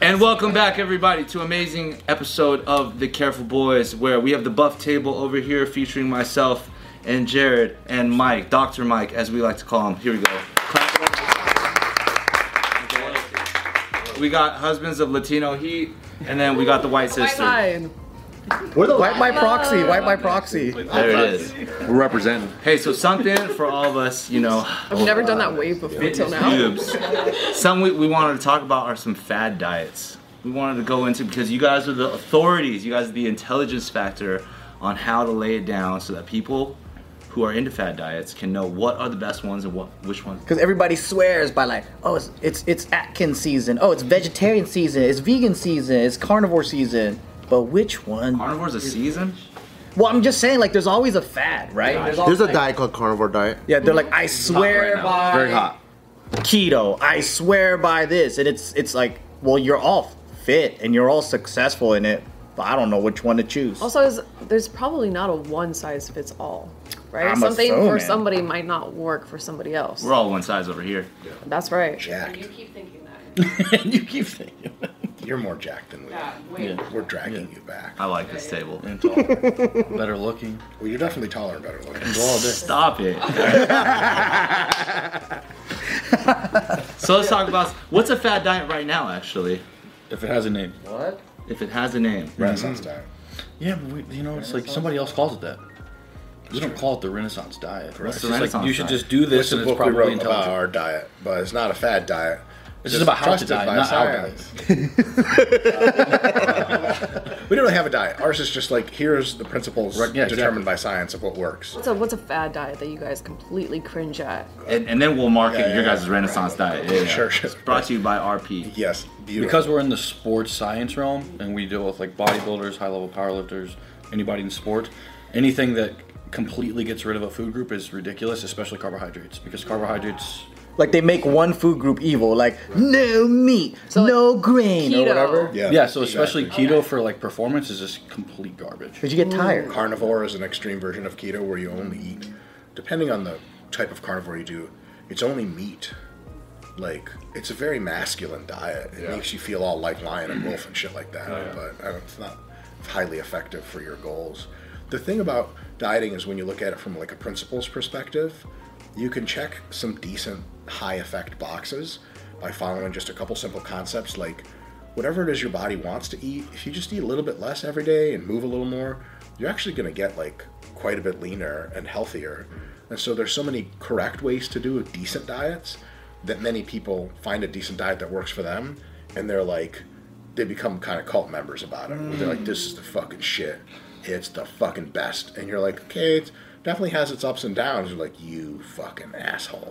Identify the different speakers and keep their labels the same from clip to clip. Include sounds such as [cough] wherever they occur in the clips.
Speaker 1: And welcome back, everybody, to amazing episode of The Careful Boys, where we have the buff table over here featuring myself and Jared and Mike, Dr. Mike, as we like to call him. Here we go. Clap it up. We got husbands of Latino heat, and then we got the white sister.
Speaker 2: We're the
Speaker 3: Oh,
Speaker 2: white by proxy, white by proxy.
Speaker 1: There it is.
Speaker 2: We're representing.
Speaker 1: Hey, so something for all of us, you know,
Speaker 3: I've never done that wave before until now.
Speaker 1: boobs. Some we, we wanted to talk about are some fad diets. We wanted to go into because you guys are the authorities. You guys are the intelligence factor on how to lay it down so that people who are into fad diets can know what are the best ones and what which ones.
Speaker 4: Because everybody swears by like, oh, it's, it's it's Atkins season. Oh, it's vegetarian season. It's vegan season. It's carnivore season. But which one?
Speaker 1: Carnivore's a season.
Speaker 4: Well, I'm just saying, like, there's always a fad, right? There's, always,
Speaker 2: There's a diet called carnivore diet.
Speaker 4: yeah, they're like, I swear
Speaker 1: now.
Speaker 4: by
Speaker 2: Very hot.
Speaker 4: keto. I swear by this, and it's it's like, well, you're all fit and you're all successful in it, but I don't know which one to choose.
Speaker 3: Also, is, there's probably not a one size fits all, right?
Speaker 4: I'm
Speaker 3: Something for
Speaker 4: assuming.
Speaker 3: somebody might not work for somebody else.
Speaker 1: We're all one size over here.
Speaker 3: That's right.
Speaker 5: jacked.
Speaker 6: You keep thinking that.
Speaker 5: [laughs] and you keep thinking.
Speaker 2: You're more jacked than we
Speaker 6: Yeah, wait.
Speaker 2: We're dragging you back.
Speaker 1: I like this table.
Speaker 5: And taller. [laughs] Better looking.
Speaker 2: Well, you're definitely taller and better looking.
Speaker 5: Go all day.
Speaker 1: Stop it. so let's talk about what's a fad diet right now, actually,
Speaker 5: If it has a name.
Speaker 1: if it has a name.
Speaker 2: Renaissance diet.
Speaker 5: Yeah, but we, you know, it's like somebody else calls it that. We don't call it the Renaissance diet. Right?
Speaker 1: What's
Speaker 5: It's
Speaker 1: the
Speaker 5: just
Speaker 1: Renaissance
Speaker 5: like, you should
Speaker 1: diet?
Speaker 5: just do this,
Speaker 2: This is
Speaker 5: and it's
Speaker 2: what we
Speaker 5: probably
Speaker 2: wrote about
Speaker 5: intelligent.
Speaker 2: our diet, but it's not a fad diet.
Speaker 5: It's just about how to
Speaker 2: trusted
Speaker 5: diet,
Speaker 2: by
Speaker 5: not how to
Speaker 2: science. [laughs] We don't really have a diet. Ours is just like here's the principles
Speaker 5: Right, yeah,
Speaker 2: determined
Speaker 5: exactly.
Speaker 2: by science of what works.
Speaker 3: What's a, what's a fad diet that you guys completely cringe at?
Speaker 1: And, and then we'll market
Speaker 2: Yeah,
Speaker 1: your
Speaker 2: yeah,
Speaker 1: guys'
Speaker 2: yeah.
Speaker 1: Renaissance diet. Yeah, yeah.
Speaker 2: Sure, sure.
Speaker 1: It's brought to you by RP.
Speaker 2: Yes, beautiful.
Speaker 5: Because we're in the sports science realm and we deal with like bodybuilders, high level powerlifters, anybody in sport, anything that completely gets rid of a food group is ridiculous, especially carbohydrates. Because carbohydrates,
Speaker 4: Like they make one food group evil, like no meat,
Speaker 3: So, like,
Speaker 4: no grain,
Speaker 3: keto.
Speaker 4: or
Speaker 3: [laughs]
Speaker 4: whatever.
Speaker 2: yeah,
Speaker 5: yeah, so
Speaker 2: exactly.
Speaker 5: especially keto for like performance is just
Speaker 2: [laughs]
Speaker 5: complete garbage.
Speaker 4: Because you get tired.
Speaker 2: carnivore is an extreme version of keto where you only eat depending on the type of carnivore you do it's only meat like it's a very masculine diet it makes you feel all like lion and wolf and shit like that but I don't, it's not highly effective for your goals the thing about dieting is when you look at it from like a principles perspective you can check some decent high effect boxes by following just a couple simple concepts like whatever it is your body wants to eat, if you just eat a little bit less every day and move a little more, you're actually going to get like quite a bit leaner and healthier. And so there's so many correct ways to do decent diets that many people find a decent diet that works for them and they're like they become kind of cult members about it. They're like this is the fucking shit. It's the fucking best. And you're like, "Okay, it definitely has its ups and downs." You're like, "You fucking asshole."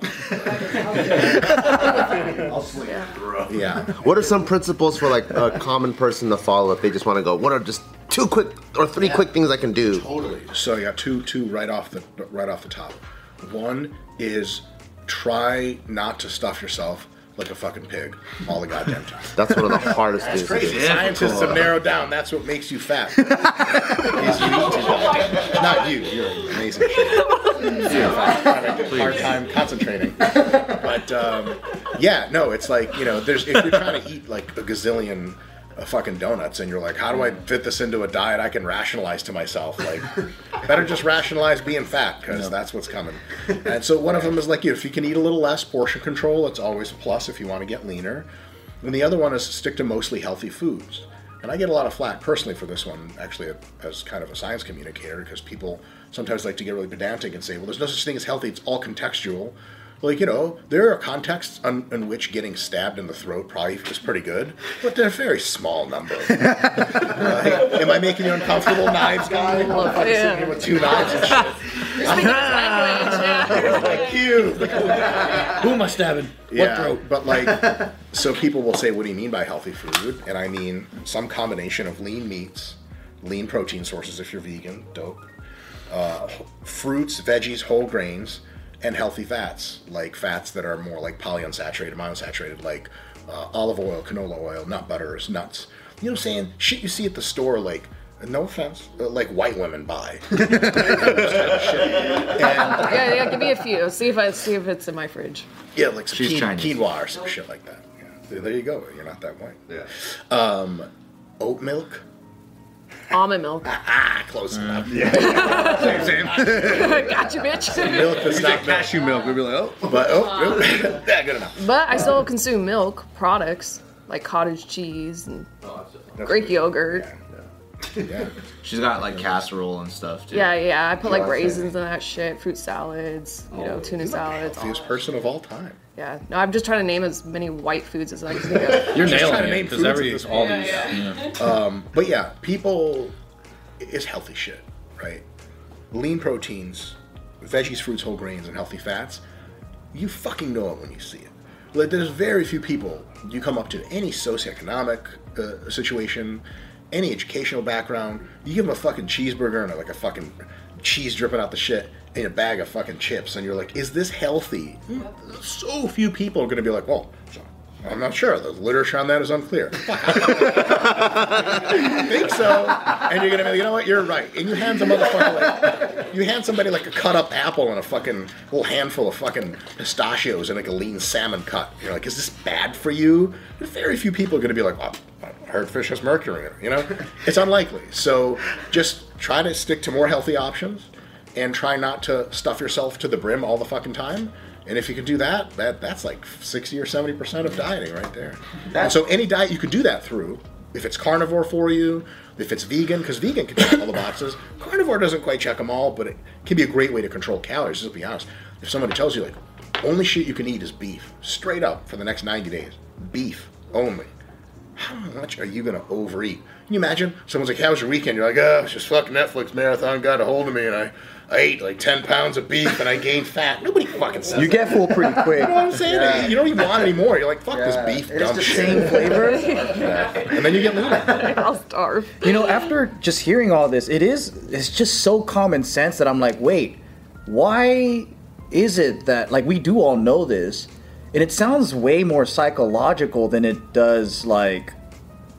Speaker 2: yeah.
Speaker 7: What are some principles for like a common person to follow if they just want to go? What are just two quick or three quick things I can do?
Speaker 2: Totally. So I got two two right off the right off the top. One is try not to stuff yourself like a fucking pig all the goddamn time.
Speaker 7: That's one of the hardest things. to
Speaker 2: Crazy.
Speaker 7: do.
Speaker 2: Scientists have narrowed down. That's what makes you fat. Is you eat too much. Not you. You're amazing. You're fat. I'm having a hard time concentrating. But um, yeah, no, it's like you know, there's if you're trying to eat like a gazillion uh, fucking donuts, and you're like, how do I fit this into a diet I can rationalize to myself? Like, better just rationalize being fat because that's what's coming. And so one of them is like, you know, if you can eat a little less, portion control. It's always a plus if you want to get leaner. And the other one is stick to mostly healthy foods. And I get a lot of flack personally for this one, actually, as kind of a science communicator, because people sometimes like to get really pedantic and say, well, there's no such thing as healthy, it's all contextual. Like, you know, there are contexts on, in which getting stabbed in the throat probably is pretty good, but they're a very small number. [laughs] Like, am I making you uncomfortable, knives guy? I'm fucking sitting here with two knives and shit. Thank you.
Speaker 5: Who am I stabbing?
Speaker 2: Yeah,
Speaker 5: What throat?
Speaker 2: but
Speaker 5: [laughs]
Speaker 2: like, so people will say, "What do you mean by healthy food?" And I mean some combination of lean meats, lean protein sources if you're vegan, dope, uh, fruits, veggies, whole grains, and healthy fats, like fats that are more like polyunsaturated, monounsaturated, like uh, olive oil, canola oil, nut butters, nuts. You know what I'm saying? Shit you see at the store, like. No offense, uh, like white women buy. [laughs]
Speaker 3: Yeah, yeah, give me a few. See if I see if it's in my fridge.
Speaker 2: Yeah, like some
Speaker 1: She's
Speaker 2: quin-
Speaker 1: Chinese.
Speaker 2: quinoa or some shit like that. Yeah. there you go. You're not that white.
Speaker 7: Yeah.
Speaker 2: Um, oat milk.
Speaker 3: Almond milk.
Speaker 2: Ah,
Speaker 5: Mm.
Speaker 2: close enough.
Speaker 3: gotcha, bitch. [laughs]
Speaker 2: Milk is not milk,
Speaker 5: Cashew milk. We'd be like, oh.
Speaker 2: but oat milk. [laughs] yeah, good enough.
Speaker 3: But I still consume milk products like cottage cheese and
Speaker 2: That's
Speaker 3: Greek
Speaker 2: good.
Speaker 3: yogurt.
Speaker 2: Yeah.
Speaker 1: She's got like casserole and stuff too.
Speaker 3: Yeah, yeah. I put like raisins in that shit, fruit salads, you know, tuna salads. all
Speaker 2: Healthiest person of all time.
Speaker 3: that. Yeah. No, I'm just trying to name as many white foods as I can. [laughs]
Speaker 5: You're
Speaker 2: Just trying
Speaker 5: nailing
Speaker 2: to
Speaker 5: it
Speaker 2: name
Speaker 5: because
Speaker 2: foods
Speaker 5: every
Speaker 2: at this
Speaker 5: all
Speaker 2: point.
Speaker 5: these. yeah.
Speaker 2: But yeah, people it's healthy shit, right? Lean proteins, veggies, fruits, whole grains, and healthy fats. You fucking know it when you see it. Like, there's very few people you come up to any socioeconomic uh, situation, any educational background. You give them a fucking cheeseburger and like a fucking cheese dripping out the shit in a bag of fucking chips, and you're like, is this healthy? So few people are gonna be like, well, I'm not sure. The literature on that is unclear think so. And you're gonna be like, you know what, you're right. And you hand some motherfucker like you hand somebody like a cut up apple and a fucking little handful of fucking pistachios and like a lean salmon cut. You're like, is this bad for you? Very few people are gonna be like, oh, I heard fish has mercury in it, you know? It's unlikely. So just try to stick to more healthy options and try not to stuff yourself to the brim all the fucking time. And if you can do that, that that's like sixty or seventy percent of dieting right there. and so any diet you could do that through, if it's carnivore for you, if it's vegan, because vegan can check all the boxes. Carnivore doesn't quite check them all, but it can be a great way to control calories. Just to be honest, if somebody tells you like, only shit you can eat is beef, straight up for the next ninety days, beef only. How much are you gonna overeat? Can you imagine? Someone's like, "How was your weekend?" You're like, "Oh, it's just fucking Netflix marathon got a hold of me, and I, I ate like ten pounds of beef, and I gained fat." Nobody fucking says
Speaker 4: You
Speaker 2: that.
Speaker 4: get full pretty [laughs] quick.
Speaker 2: You know what I'm saying? You don't even want anymore. You're like, "Fuck
Speaker 4: Yeah.
Speaker 2: this beef,
Speaker 4: It is
Speaker 2: dumb
Speaker 4: the
Speaker 2: shit,"
Speaker 4: same flavor.
Speaker 2: [laughs] and then you
Speaker 4: [laughs]
Speaker 2: get leaner.
Speaker 3: I'll starve.
Speaker 4: You know, after just hearing all this, it is it's just so common sense that I'm like, wait, why is it that like we do all know this, and it sounds way more psychological than it does like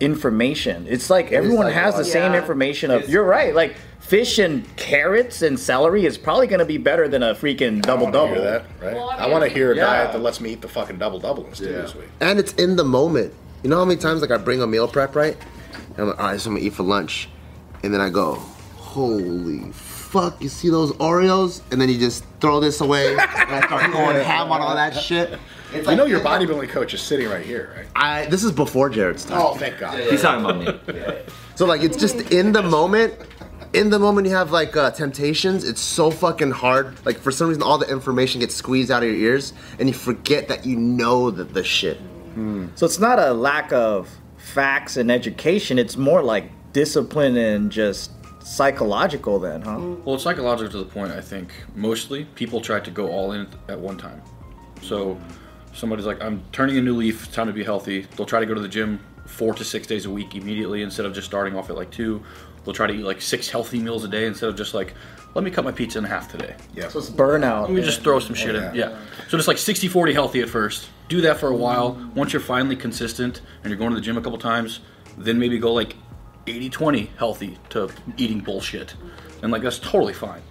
Speaker 4: information. It's like everyone has the same
Speaker 3: psychological. Yeah.
Speaker 4: information of you're right, like fish and carrots and celery is probably going to be better than a freaking double
Speaker 2: I wanna
Speaker 4: double.
Speaker 2: hear that, right?
Speaker 6: Well, I
Speaker 2: I,
Speaker 6: mean-
Speaker 2: want to hear a
Speaker 4: Yeah.
Speaker 2: diet that lets me eat the fucking double double instead of this week.
Speaker 7: and it's in the moment. You know how many times like I bring a meal prep right, and I'm like, all right, so I'm gonna eat for lunch, and then I go, holy fuck, you see those Oreos, and then you just throw this away, [laughs] and I start going ham on all that shit. It's
Speaker 2: You know your bodybuilding coach is sitting right here, right?
Speaker 7: I this is before Jared's time.
Speaker 2: Oh, thank God.
Speaker 1: He's talking about me.
Speaker 7: So like it's just in the moment. In the moment you have like uh, temptations, it's so fucking hard. Like for some reason, all the information gets squeezed out of your ears, and you forget that you know the, the shit.
Speaker 4: So it's not a lack of facts and education. It's more like discipline and just psychological. Then, huh?
Speaker 5: Well, it's psychological to the point. I think mostly people try to go all in at one time. So somebody's like, "I'm turning a new leaf. It's time to be healthy." They'll try to go to the gym four to six days a week immediately instead of just starting off at like two. They'll try to eat like six healthy meals a day instead of just like, "Let me cut my pizza in half today."
Speaker 2: Yeah.
Speaker 4: So it's burnout.
Speaker 5: Let me just throw some shit in.
Speaker 2: yeah.
Speaker 5: Yeah. So just like 60 40 healthy at first. Do that for a while. Once you're finally consistent and you're going to the gym a couple times, then maybe go like 80 20 healthy to eating bullshit. And like that's totally fine.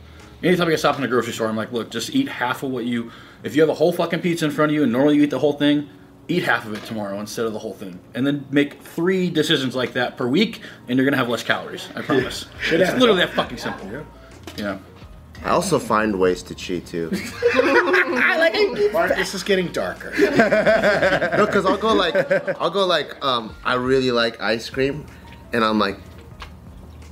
Speaker 5: Anytime I get stopped in a grocery store, I'm like, look, just eat half of what you. If you have a whole fucking pizza in front of you and normally you eat the whole thing, eat half of it tomorrow instead of the whole thing. And then make three decisions like that per week and you're going to have less calories. I promise. it's
Speaker 2: happens.
Speaker 5: literally that fucking simple. Yeah.
Speaker 7: I also find ways to cheat too.
Speaker 2: Mark, this is getting darker.
Speaker 7: No, because I'll go like, I'll go like, um, I really like ice cream, and I'm like,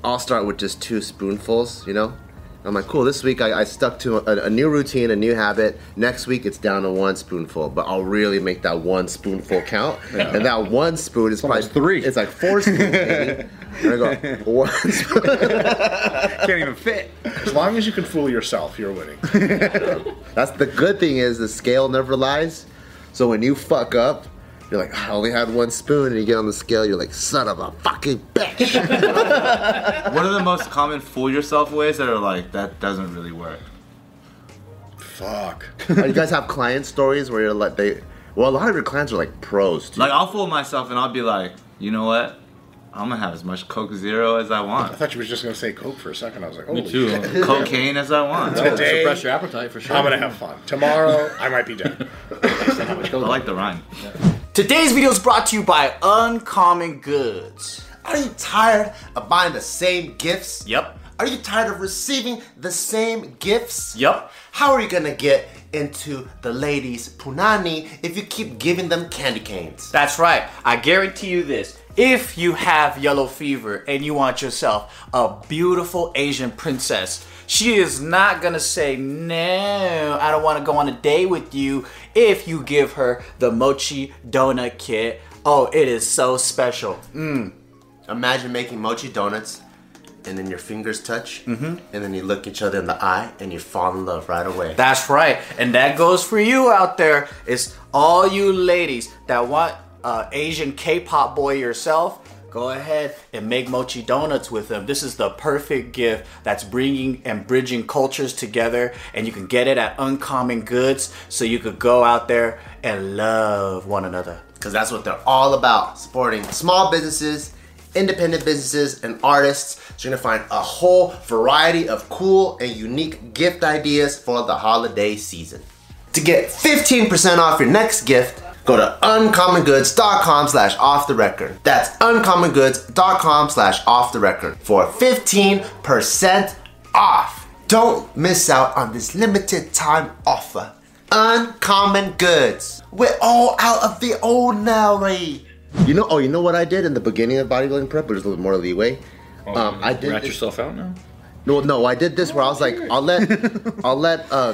Speaker 7: I'll start with just two spoonfuls, you know. I'm like, cool. This week I, I stuck to a, a new routine, a new habit. Next week it's down to one spoonful, but I'll really make that one spoonful count. And that one spoon is probably
Speaker 8: three.
Speaker 7: It's like four spoons. baby. and I go one spoon.
Speaker 8: Can't even fit.
Speaker 2: As long as you can fool yourself, you're winning.
Speaker 7: [laughs]
Speaker 2: [laughs]
Speaker 7: That's the good thing is the scale never lies. So when you fuck up, you're like, I only had one spoon, and you get on the scale, you're like, son of a fucking bitch.
Speaker 1: What are the most common fool yourself ways that are like that doesn't really work?
Speaker 2: Fuck.
Speaker 7: Or you guys have client stories where you're like they well a lot of your clients are like pros dude.
Speaker 1: Like I'll fool myself and I'll be like, you know what? I'm gonna have as much Coke Zero as I
Speaker 2: I
Speaker 1: want,
Speaker 2: thought you were just gonna say Coke for a second. I was like, holy
Speaker 5: Me too.
Speaker 2: shit.
Speaker 1: cocaine as I
Speaker 2: [laughs]
Speaker 1: want. I
Speaker 2: Today,
Speaker 5: Suppress your appetite for sure.
Speaker 2: I'm gonna have fun. Tomorrow, I might be dead.
Speaker 1: like the rhyme.
Speaker 6: Today's video is brought to you by Uncommon Goods.
Speaker 9: Are you tired of buying the same gifts?
Speaker 6: Yep.
Speaker 9: Are you tired of receiving the same gifts?
Speaker 6: Yep.
Speaker 9: How are you gonna get into the ladies' punani if you keep giving them candy canes?
Speaker 6: That's right. I guarantee you this. If you have yellow fever and you want yourself a beautiful Asian princess, she is not gonna say, No, I don't wanna go on a date with you if you give her the mochi donut kit. Oh, it is so special.
Speaker 9: Imagine making mochi donuts and then your fingers touch
Speaker 6: Mm-hmm.
Speaker 9: and then you look each other in the eye and you fall in love right away.
Speaker 6: That's right. And that goes for you out there. It's all you ladies that want uh, Asian K-pop boy yourself. Go ahead and make mochi donuts with them. This is the perfect gift that's bringing and bridging cultures together, and you can get it at Uncommon Goods, so you could go out there and love one another.
Speaker 9: because that's what they're all about supporting small businesses independent businesses and artists so you're gonna find a whole variety of cool and unique gift ideas for the holiday season to get 15% off your next gift go to uncommongoods.com slash off the record that's uncommongoods.com slash off the record for 15% off don't miss out on this limited time offer uncommon goods we're all out of the old now ray
Speaker 7: You know, oh, you know what I did in the beginning of bodybuilding prep, where there's a little more leeway. Um, I did
Speaker 5: Rat
Speaker 7: this-
Speaker 5: yourself out now?
Speaker 7: No, no, I did this where I was like, I'll let, [laughs] I'll let, uh,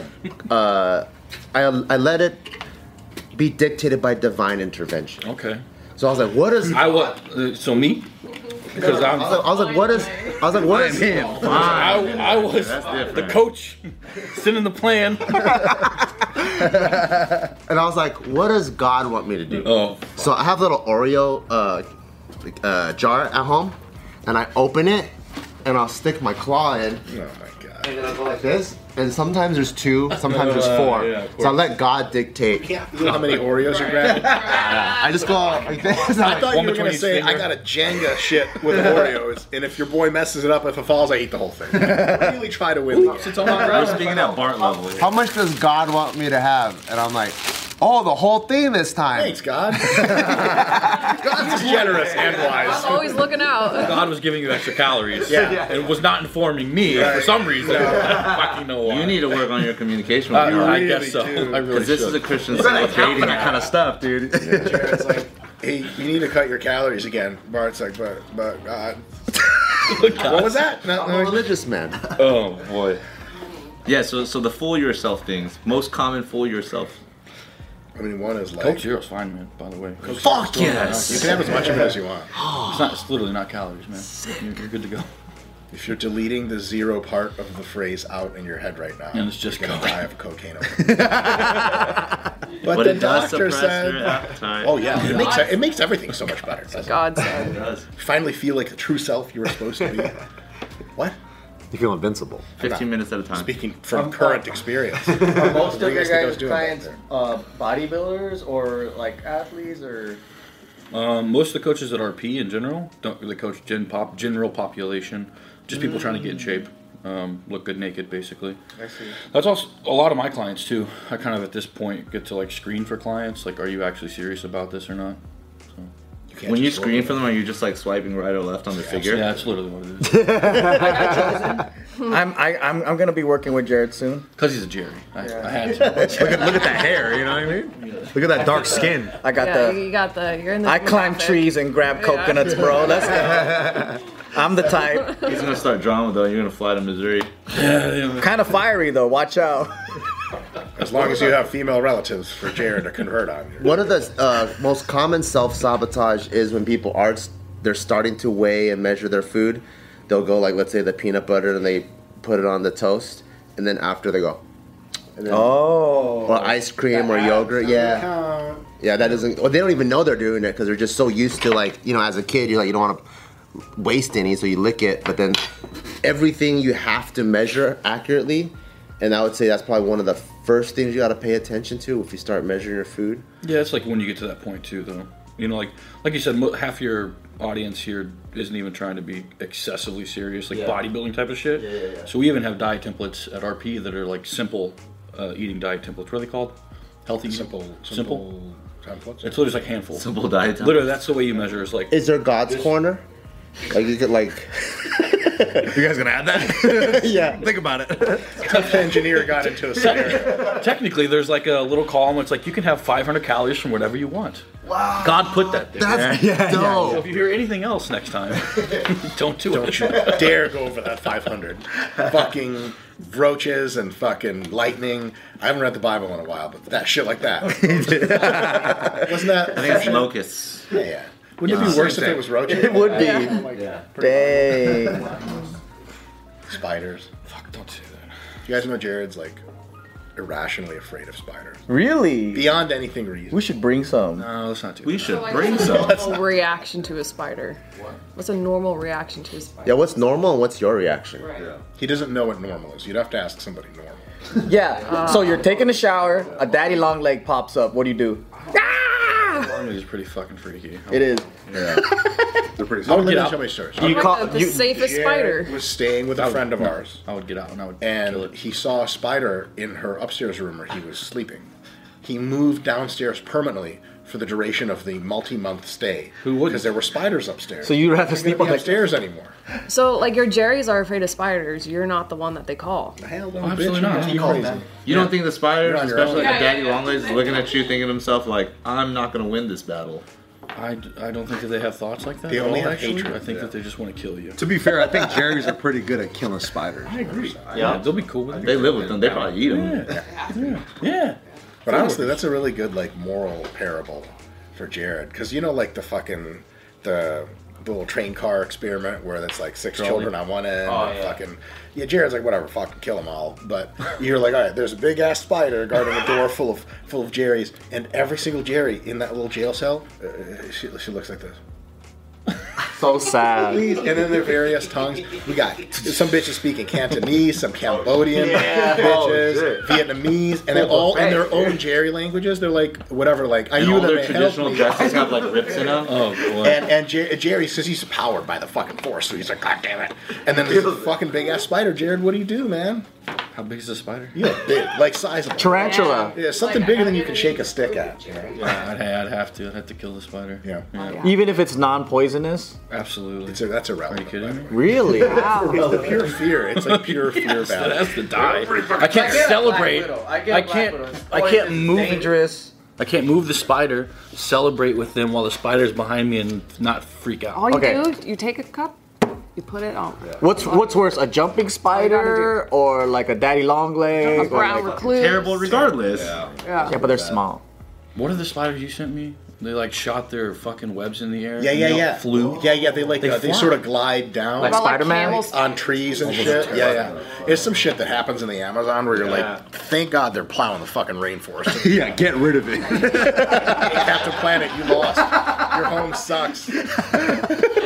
Speaker 7: uh, I, I let it be dictated by divine intervention.
Speaker 5: Okay.
Speaker 7: So I was like, what is? I
Speaker 5: I what? Uh, so me? Because I'm.
Speaker 7: was like, I was like, what is? I was like, what is?
Speaker 5: I, I was uh, the coach sending the [laughs] plan.
Speaker 7: And I was like, what does God want me to do?
Speaker 5: Oh,
Speaker 7: So I have a little Oreo uh, uh, jar at home, and I open it, and I'll stick my claw in. Oh my god! And then I go like this, and sometimes there's two, sometimes there's
Speaker 5: [laughs]
Speaker 7: four.
Speaker 5: yeah, of
Speaker 7: so I let God dictate.
Speaker 2: You know how many Oreos you grabbed?
Speaker 7: I just go like this. [laughs] I
Speaker 2: [laughs] I thought you
Speaker 5: One
Speaker 2: were
Speaker 5: between
Speaker 2: gonna
Speaker 5: each
Speaker 2: say I
Speaker 5: finger.
Speaker 2: got a Jenga shit [laughs] with Oreos, and if your boy messes it up, if it falls, I eat the whole thing. [laughs] I really try to win.
Speaker 5: it's all my
Speaker 1: We're speaking at Bart level.
Speaker 7: how much does God want me to have? And I'm like, oh, the whole thing this
Speaker 2: [laughs]
Speaker 7: time.
Speaker 2: Thanks, God. [laughs] God's generous and wise.
Speaker 3: Always looking out.
Speaker 5: God was giving you extra calories.
Speaker 2: Yeah.
Speaker 5: And was not informing me for some reason. I don't fucking know why. [laughs]
Speaker 1: You need to work on your communication with
Speaker 5: I,
Speaker 1: your
Speaker 5: I
Speaker 1: wife.
Speaker 5: guess so.
Speaker 2: do.
Speaker 5: I really
Speaker 1: Because this
Speaker 5: should.
Speaker 1: is a Christian school dating that kind of stuff, dude.
Speaker 2: It's like, hey, you need to cut your calories again. Bart's like, but, but God. What was that? No,
Speaker 7: I'm a
Speaker 2: no,
Speaker 7: religious man.
Speaker 5: oh boy.
Speaker 1: Yeah, so so the fool yourself things. Most common fool yourself.
Speaker 2: I mean, one is like,
Speaker 5: Coke Zero's fine, man. By the way, Coke
Speaker 1: Fuck
Speaker 2: you
Speaker 1: yes.
Speaker 2: can have as much of it as you want.
Speaker 5: It's not. It's literally not calories, man. You're, you're good to go.
Speaker 2: If you're deleting the zero part of the phrase out in your head right now,
Speaker 5: And it's just
Speaker 2: you're gonna
Speaker 5: cocaine.
Speaker 2: die of cocaine.
Speaker 5: [laughs]
Speaker 2: overdose. but,
Speaker 1: But
Speaker 2: the
Speaker 1: it does
Speaker 2: doctor
Speaker 1: suppress
Speaker 2: said,
Speaker 1: your appetite.
Speaker 2: "Oh yeah, it makes it makes everything so much better." doesn't it?
Speaker 3: God said.
Speaker 1: It does.
Speaker 2: You finally feel like the true self you were supposed to be. what?
Speaker 7: You feel invincible.
Speaker 1: 15 minutes at a time.
Speaker 2: Speaking from current experience,
Speaker 4: Most
Speaker 2: What
Speaker 4: of
Speaker 2: do you
Speaker 4: your
Speaker 2: guys think I was
Speaker 4: guys'
Speaker 2: doing back
Speaker 4: clients
Speaker 2: there?
Speaker 4: uh, bodybuilders or like athletes or
Speaker 5: Um, most of the coaches at RP in general don't really coach gen pop general population, just people trying to get in shape, um, look good naked, basically. Mm. I see. That's also a lot of my clients too. I kind of at this point get to like screen for clients, like, are you actually serious about this or not?
Speaker 1: When you screen for them, are you just like swiping right or left on the figure?
Speaker 5: Yeah, that's literally what it is.
Speaker 4: I'm I, I'm I'm gonna be working with Jared soon.
Speaker 5: Because he's a Jerry. I, I had to.
Speaker 8: Look at that hair, you know what I mean? Look at that dark skin.
Speaker 4: I got
Speaker 3: Yeah,
Speaker 4: the
Speaker 3: you got the. You're in the.
Speaker 4: I climb
Speaker 3: demographic.
Speaker 4: trees and grab coconuts, bro. Let's go. I'm the type.
Speaker 1: He's gonna start drama though. You're gonna fly to Missouri.
Speaker 4: Kind of fiery though. Watch out.
Speaker 2: as long as you have female relatives for Jared to convert on.
Speaker 7: One of the uh, most common self sabotage is when people are they're starting to weigh and measure their food. They'll go like, let's say the peanut butter, and they put it on the toast, and then after they go, and then,
Speaker 4: Oh.
Speaker 7: or ice cream or yogurt, yeah, yeah, that doesn't. Or they don't even know they're doing it because they're just so used to like, you know, as a kid, you're like, you don't want to waste any, so you lick it, but then everything you have to measure accurately, and I would say that's probably one of the first things you got to pay attention to if you start measuring your food.
Speaker 5: Yeah, it's like when you get to that point too, though. You know, like like you said, mo- half your audience here isn't even trying to be excessively serious, like bodybuilding type of shit. Yeah, yeah, yeah. So we even have diet templates at RP that are like simple uh, eating diet templates. What are they called? Healthy, eating-
Speaker 2: Simple,
Speaker 5: simple.
Speaker 2: simple.
Speaker 5: It's literally just like handful.
Speaker 1: Simple diet. time.
Speaker 5: Literally, that's the way you measure. Is like
Speaker 7: Is there God's corner? Like you
Speaker 8: [laughs]
Speaker 7: could like
Speaker 8: You guys gonna add that?
Speaker 7: yeah.
Speaker 8: Think about it.
Speaker 2: Tough engineer got into
Speaker 5: [laughs]
Speaker 2: a scenario.
Speaker 5: technically there's like a little column. It's like you can have 500 calories from whatever you want. Wow. God put that there.
Speaker 9: That's dope.
Speaker 5: So if you hear anything else next time, [laughs] don't do it.
Speaker 2: Dare go over that 500. fucking roaches and fucking lightning. I haven't read the Bible in a while, but that shit like that. Wasn't that?
Speaker 1: I think it's locusts.
Speaker 2: Yeah, yeah. Wouldn't it be worse if it was roaches?
Speaker 4: It would be. Dang.
Speaker 2: Spiders.
Speaker 5: Fuck, don't do that.
Speaker 2: You guys know Jared's like irrationally afraid of spiders.
Speaker 4: Really?
Speaker 2: Beyond anything reason.
Speaker 4: We should bring some.
Speaker 5: No, let's not do
Speaker 1: We
Speaker 5: that.
Speaker 1: should bring some.
Speaker 3: Normal reaction to a spider. What? What's a normal reaction to a spider?
Speaker 7: Yeah, what's normal and what's your reaction?
Speaker 2: He doesn't know what normal is. You'd have to ask somebody normal.
Speaker 4: Yeah. So you're taking a shower, a daddy long leg pops up. What do you do?
Speaker 3: Ah!
Speaker 5: Army is pretty fucking freaky.
Speaker 4: It is.
Speaker 8: They're pretty
Speaker 2: Oh, let me
Speaker 5: out.
Speaker 2: tell me a story.
Speaker 3: You
Speaker 6: call-
Speaker 3: the, the
Speaker 6: you-
Speaker 3: safest spider.
Speaker 2: was staying with a friend of ours,
Speaker 5: I would get out and I would kill
Speaker 2: and
Speaker 5: it.
Speaker 2: he saw a spider in her upstairs room where he was sleeping. He moved downstairs permanently for the duration of the multi-month stay.
Speaker 5: Who wouldn't?
Speaker 2: Because there were spiders upstairs.
Speaker 4: So you'd rather
Speaker 2: They couldn't
Speaker 4: sleep on
Speaker 2: be
Speaker 4: the
Speaker 2: upstairs anymore.
Speaker 3: So, like, your Jerry's are afraid of spiders. You're not the one that they call.
Speaker 2: Hell no,
Speaker 5: absolutely
Speaker 2: bitch,
Speaker 5: not.
Speaker 2: You
Speaker 5: Call
Speaker 2: crazy.
Speaker 1: You don't think the spider,
Speaker 2: You're on your
Speaker 1: especially
Speaker 2: own.
Speaker 1: like a daddy longlegs, is looking at you thinking to himself, like, I'm not going to win this battle.
Speaker 5: I, d- I don't think that they have thoughts like that.
Speaker 2: They
Speaker 5: at
Speaker 2: only
Speaker 5: all,
Speaker 2: have
Speaker 5: actually.
Speaker 2: hatred.
Speaker 5: I think that they just want to kill you.
Speaker 8: To be fair, I think Jerry's are pretty good at killing spiders.
Speaker 2: I agree.
Speaker 5: Yeah, they'll be cool with it.
Speaker 1: They live with them. They probably eat them.
Speaker 5: Yeah. Yeah. yeah.
Speaker 2: But honestly, that's a really good like moral parable for Jared because you know like the fucking the, the little train car experiment where that's like six children on one end. and Fucking yeah, Jared's like whatever, fucking kill them all. But you're like, all right, there's a big ass spider guarding a door full of full of Jerry's, and every single Jerry in that little jail cell, uh, she, she looks like this.
Speaker 4: so sad.
Speaker 2: Please, and then their various tongues. We got some bitches speaking Cantonese, some Cambodian
Speaker 1: Oh,
Speaker 2: bitches, Vietnamese, and they're all in their own Jerry languages. They're like whatever, like I
Speaker 1: And
Speaker 2: knew
Speaker 1: all
Speaker 2: that
Speaker 1: their
Speaker 2: they helped
Speaker 1: traditional
Speaker 2: me.
Speaker 1: dresses have like rips in
Speaker 2: [laughs]
Speaker 1: them.
Speaker 5: Oh, boy.
Speaker 2: And and Jer- Jerry says he's powered by the fucking force, so he's like, God damn it! And then there's a fucking big ass spider. Jared, what do you do, man?
Speaker 5: How big is the spider?
Speaker 2: You a big, like sizable.
Speaker 4: Tarantula.
Speaker 2: Yeah, something bigger than you can shake a stick at. You know?
Speaker 5: I'd, I'd have to. I'd have to kill the spider.
Speaker 2: Yeah.
Speaker 4: Even if it's non-poisonous.
Speaker 5: Absolutely.
Speaker 2: So that's irrelevant.
Speaker 5: Are you kidding
Speaker 2: by the way.
Speaker 4: [laughs] Really?
Speaker 2: It's the pure fear. It's
Speaker 5: [laughs]
Speaker 2: like pure fear battle.
Speaker 5: That's the die. I can't celebrate.
Speaker 6: I,
Speaker 5: I can't. I can't move.
Speaker 4: Dangerous.
Speaker 5: I can't move the spider. Celebrate with them while the spider's behind me and not freak out.
Speaker 3: All you
Speaker 4: Okay.
Speaker 3: do, you take a cup, you put it on.
Speaker 4: What's what's worse, a jumping
Speaker 3: All
Speaker 4: spider or like a daddy long
Speaker 3: A
Speaker 4: leg? or
Speaker 3: brown
Speaker 4: like-
Speaker 3: recluse.
Speaker 1: Terrible regardless.
Speaker 4: yeah, but they're small.
Speaker 5: What are the spiders you sent me? They like shot their fucking webs in the air.
Speaker 2: Yeah,
Speaker 5: and
Speaker 2: yeah,
Speaker 5: they
Speaker 2: yeah.
Speaker 5: Flew.
Speaker 2: Yeah, yeah. They like
Speaker 5: They
Speaker 2: uh, they
Speaker 5: fly.
Speaker 2: sort of glide down
Speaker 3: About, like,
Speaker 4: Spider-Man?
Speaker 3: camels-
Speaker 2: on trees and shit. Yeah, yeah. It's some shit that happens in the Amazon where you're like, thank God they're plowing the fucking rainforest.
Speaker 8: [laughs] Yeah, get rid of it.
Speaker 2: [laughs] Captain Planet, you lost. Your home sucks.
Speaker 8: [laughs]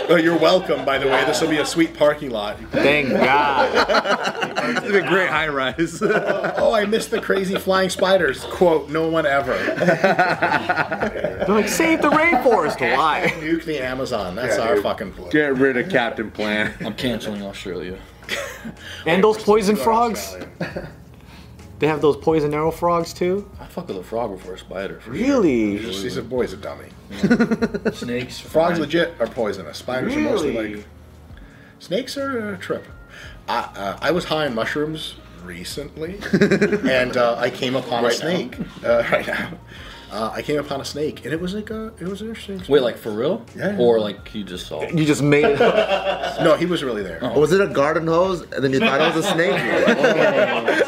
Speaker 2: oh, you're welcome. By the way, this will be a sweet parking lot.
Speaker 4: Thank
Speaker 2: [laughs]
Speaker 4: God.
Speaker 8: it's a great high rise.
Speaker 2: Oh, I missed the crazy flying spiders. Quote: No one ever
Speaker 4: They're like save the rainforest. Why?
Speaker 2: nuke the Amazon. That's our fucking play.
Speaker 8: get rid of Captain Planet.
Speaker 7: [laughs]
Speaker 5: I'm canceling Australia.
Speaker 4: And those poison frogs. They have those poison arrow frogs too.
Speaker 5: I fuck with a frog before a spider. For
Speaker 4: Really?
Speaker 2: She said, "Boy's a dummy.
Speaker 5: sure.
Speaker 2: [laughs]
Speaker 5: Snakes.
Speaker 2: Frogs
Speaker 5: fine.
Speaker 2: legit are poisonous. Spiders are mostly
Speaker 4: Really?
Speaker 2: like snakes are a trip. I uh, I was high on mushrooms
Speaker 5: [laughs]
Speaker 2: recently, and uh, I came upon a snake Uh, [laughs] right now. Uh, I came upon a snake, and it was like a it was an interesting.
Speaker 5: Wait, like for real?
Speaker 2: Yeah.
Speaker 5: Or like you just saw?
Speaker 4: You just made it. up.
Speaker 2: No, he was really there.
Speaker 5: Oh.
Speaker 7: Was it a garden hose and then you thought it was a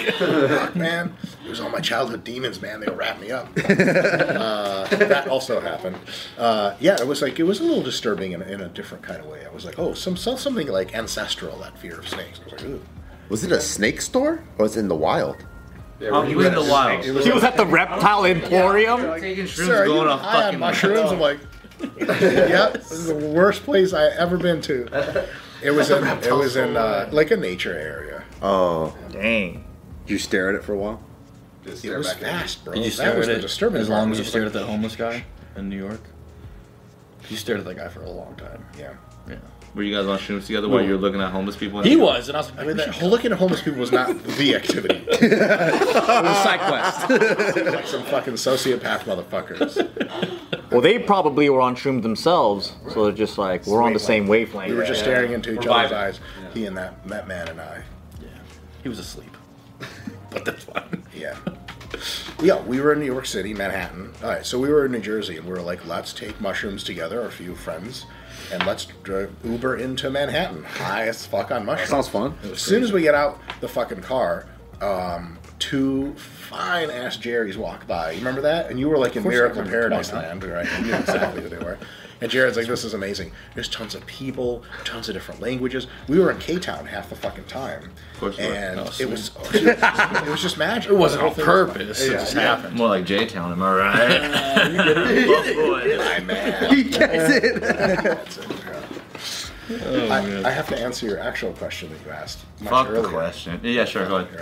Speaker 7: snake?
Speaker 2: Fuck, man. It was all my childhood demons, man. They were wrapping me
Speaker 5: [laughs]
Speaker 2: up. uh, that also happened. Uh, yeah, it was like it was a little disturbing in, a- in a different kind of way. I was like, oh, some some- something like ancestral that fear of snakes. I was like, ooh.
Speaker 7: Was it a snake store or was it in the wild?
Speaker 1: Oh, you in the wild.
Speaker 4: He was at the reptile emporium.
Speaker 1: Taking shrooms,
Speaker 2: Sir, are you
Speaker 1: going on
Speaker 2: high on
Speaker 1: fucking [laughs]
Speaker 2: mushrooms? I'm like, [laughs] yep. This is the worst place I ever been to. It was in, it was in uh, like a nature area.
Speaker 7: Oh.
Speaker 4: [laughs] Dang.
Speaker 8: Did you stare at it for a while?
Speaker 2: It was fast, bro.
Speaker 5: Did you
Speaker 2: that
Speaker 5: stare
Speaker 2: was
Speaker 5: at
Speaker 2: the
Speaker 5: it?
Speaker 2: disturbing
Speaker 5: As
Speaker 2: part.
Speaker 5: long as
Speaker 2: It
Speaker 5: you
Speaker 2: was
Speaker 5: stared at
Speaker 2: like-
Speaker 5: that homeless guy in New York. You stared at that guy for a long time.
Speaker 2: Yeah.
Speaker 5: Yeah.
Speaker 1: Were you guys on shrooms together while you were looking at homeless people?
Speaker 5: He was, and I was like,
Speaker 2: I mean, that, looking at homeless people was not
Speaker 5: [laughs]
Speaker 2: the activity. It
Speaker 8: The side quest.
Speaker 2: was like some fucking sociopath motherfuckers.
Speaker 4: Well, they probably were on shrooms themselves, so they're just like we're on the same wavelength.
Speaker 2: We were just staring into each
Speaker 5: We're
Speaker 2: other's
Speaker 5: vibing.
Speaker 2: eyes. He and that that man and I.
Speaker 5: he was asleep. but that's fine.
Speaker 2: Yeah. Yeah, we were in New York City, Manhattan. All right, so we were in New Jersey, and we were like, let's take mushrooms together, a few friends, and let's dr- Uber into Manhattan, high as fuck on mushrooms.
Speaker 8: Sounds fun.
Speaker 2: As soon as we get out the fucking car, um, two fine ass Jerry's walk by. You remember that? And you were like in Miracle Paradise Land, right? You knew exactly who they were. And Jared's like, this is amazing. There's tons of people, tons of different languages. We were in K Town half the fucking time. Of
Speaker 1: course we were.
Speaker 2: And
Speaker 5: Oh,
Speaker 2: it
Speaker 5: sweet.
Speaker 2: was [laughs] it was just magic. It
Speaker 5: wasn't on purpose.
Speaker 2: It
Speaker 5: It
Speaker 2: just
Speaker 5: just
Speaker 2: happened.
Speaker 1: More like J Town, am I
Speaker 2: [laughs]
Speaker 1: [laughs] right?
Speaker 2: My man.
Speaker 8: He gets it.
Speaker 2: I, I have to answer your actual question that you asked. much
Speaker 1: Fuck the
Speaker 2: earlier.
Speaker 1: question. Yeah, sure, go ahead.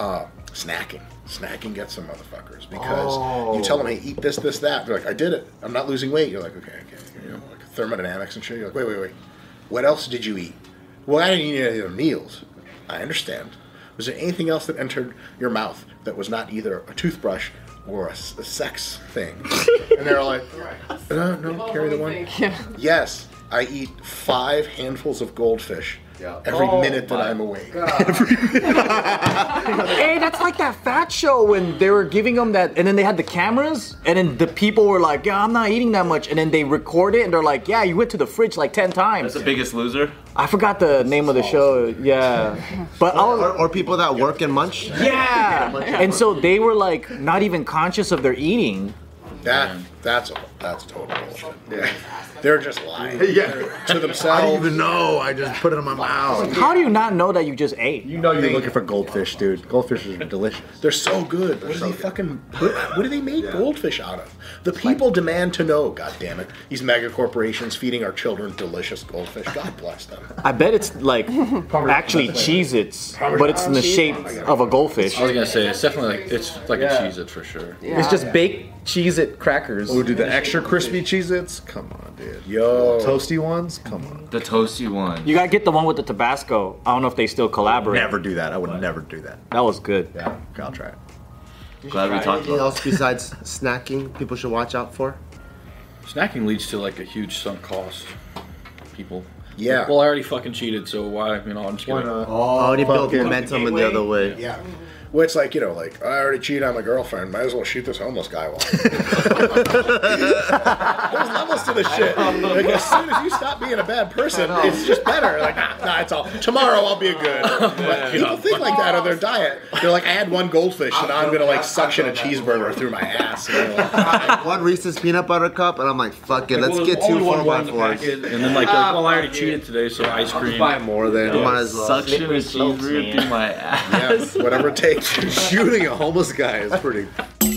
Speaker 2: Right. Uh, snacking. Snacking gets some motherfuckers because you tell them, hey, eat this, this, that. They're like, I did it. I'm not losing weight. You're like, okay, okay. You know, like thermodynamics and shit. You're like, wait, wait, wait. What else did you eat? Well, I didn't eat any of the meals. I understand. Was there anything else that entered your mouth that was not either a toothbrush or a, s- a sex thing? and they're like, "Uh, no, no, carry the one. Yes, I eat five handfuls of goldfish every minute that I'm awake.
Speaker 4: Hey, that's like that fat show when they were giving them that, and then they had the cameras, and then the people were like, "Yeah, I'm not eating that much," and then they record it, and they're like, "Yeah, you went to the fridge like ten
Speaker 1: That's
Speaker 4: times."
Speaker 1: the biggest loser.
Speaker 4: I forgot the name of the show. Yeah, but
Speaker 7: Or,
Speaker 4: I'll,
Speaker 7: or people that work and munch.
Speaker 4: yeah, and so they were like not even conscious of their eating.
Speaker 2: That that's that's total bullshit. Yeah, they're just [laughs] lying
Speaker 8: Yeah.
Speaker 2: to
Speaker 8: I
Speaker 2: themselves.
Speaker 8: don't even know. I just put it in my mouth.
Speaker 4: How do you not know that you just ate?
Speaker 8: You know you're looking for goldfish, dude. Goldfish are delicious.
Speaker 2: They're so good. What do they fucking put, what do they make goldfish out of? The people demand to know. God damn it! These mega corporations feeding our children delicious goldfish. God bless [laughs] them.
Speaker 4: I bet it's like actually Cheez-Its, but it's in the shape of a goldfish.
Speaker 5: I was gonna say it's definitely like it's like a cheese it for sure.
Speaker 4: It's just baked Cheez-It crackers.
Speaker 8: Oh, dude, the extra crispy Cheez Its? Come on, dude.
Speaker 2: Yo.
Speaker 8: Toasty ones? Come on.
Speaker 1: The toasty one.
Speaker 4: You gotta get the one with the Tabasco. I don't know if they still collaborate.
Speaker 8: Never do that. I would never do that.
Speaker 4: That was good.
Speaker 8: Yeah, I'll try it.
Speaker 1: Glad we talked
Speaker 7: Anything
Speaker 1: about.
Speaker 7: else besides snacking people should watch out for?
Speaker 5: Snacking leads to like a huge sunk cost. People.
Speaker 2: Yeah.
Speaker 5: Well, I already fucking cheated, so why? You know, I'm just kidding.
Speaker 7: I already built
Speaker 8: fucking-
Speaker 7: momentum in the other way.
Speaker 2: yeah. Well, it's like you know, like I already cheated on my girlfriend. Might as well shoot this homeless guy while. There's levels to this shit. Like as soon as you stop being a bad person, it's just better. Like nah, nah, it's all tomorrow. I'll be a good. But people think like that on their diet. They're like, I had one goldfish, and I'm gonna like suction a cheeseburger through my ass. And they're like,
Speaker 7: One Reese's peanut butter cup, and I'm like, fuck it, let's
Speaker 5: Well,
Speaker 7: get
Speaker 5: there's
Speaker 7: two
Speaker 5: only one
Speaker 7: four
Speaker 5: Uh,
Speaker 7: by
Speaker 5: one in the
Speaker 7: fours.
Speaker 5: packet, And then like, like, well, I already cheated today, so ice cream.
Speaker 8: Buy more then.
Speaker 7: Might as well.
Speaker 1: Suction a cheeseburger through my ass.
Speaker 2: yeah, whatever it takes.
Speaker 8: Shooting a homeless guy is pretty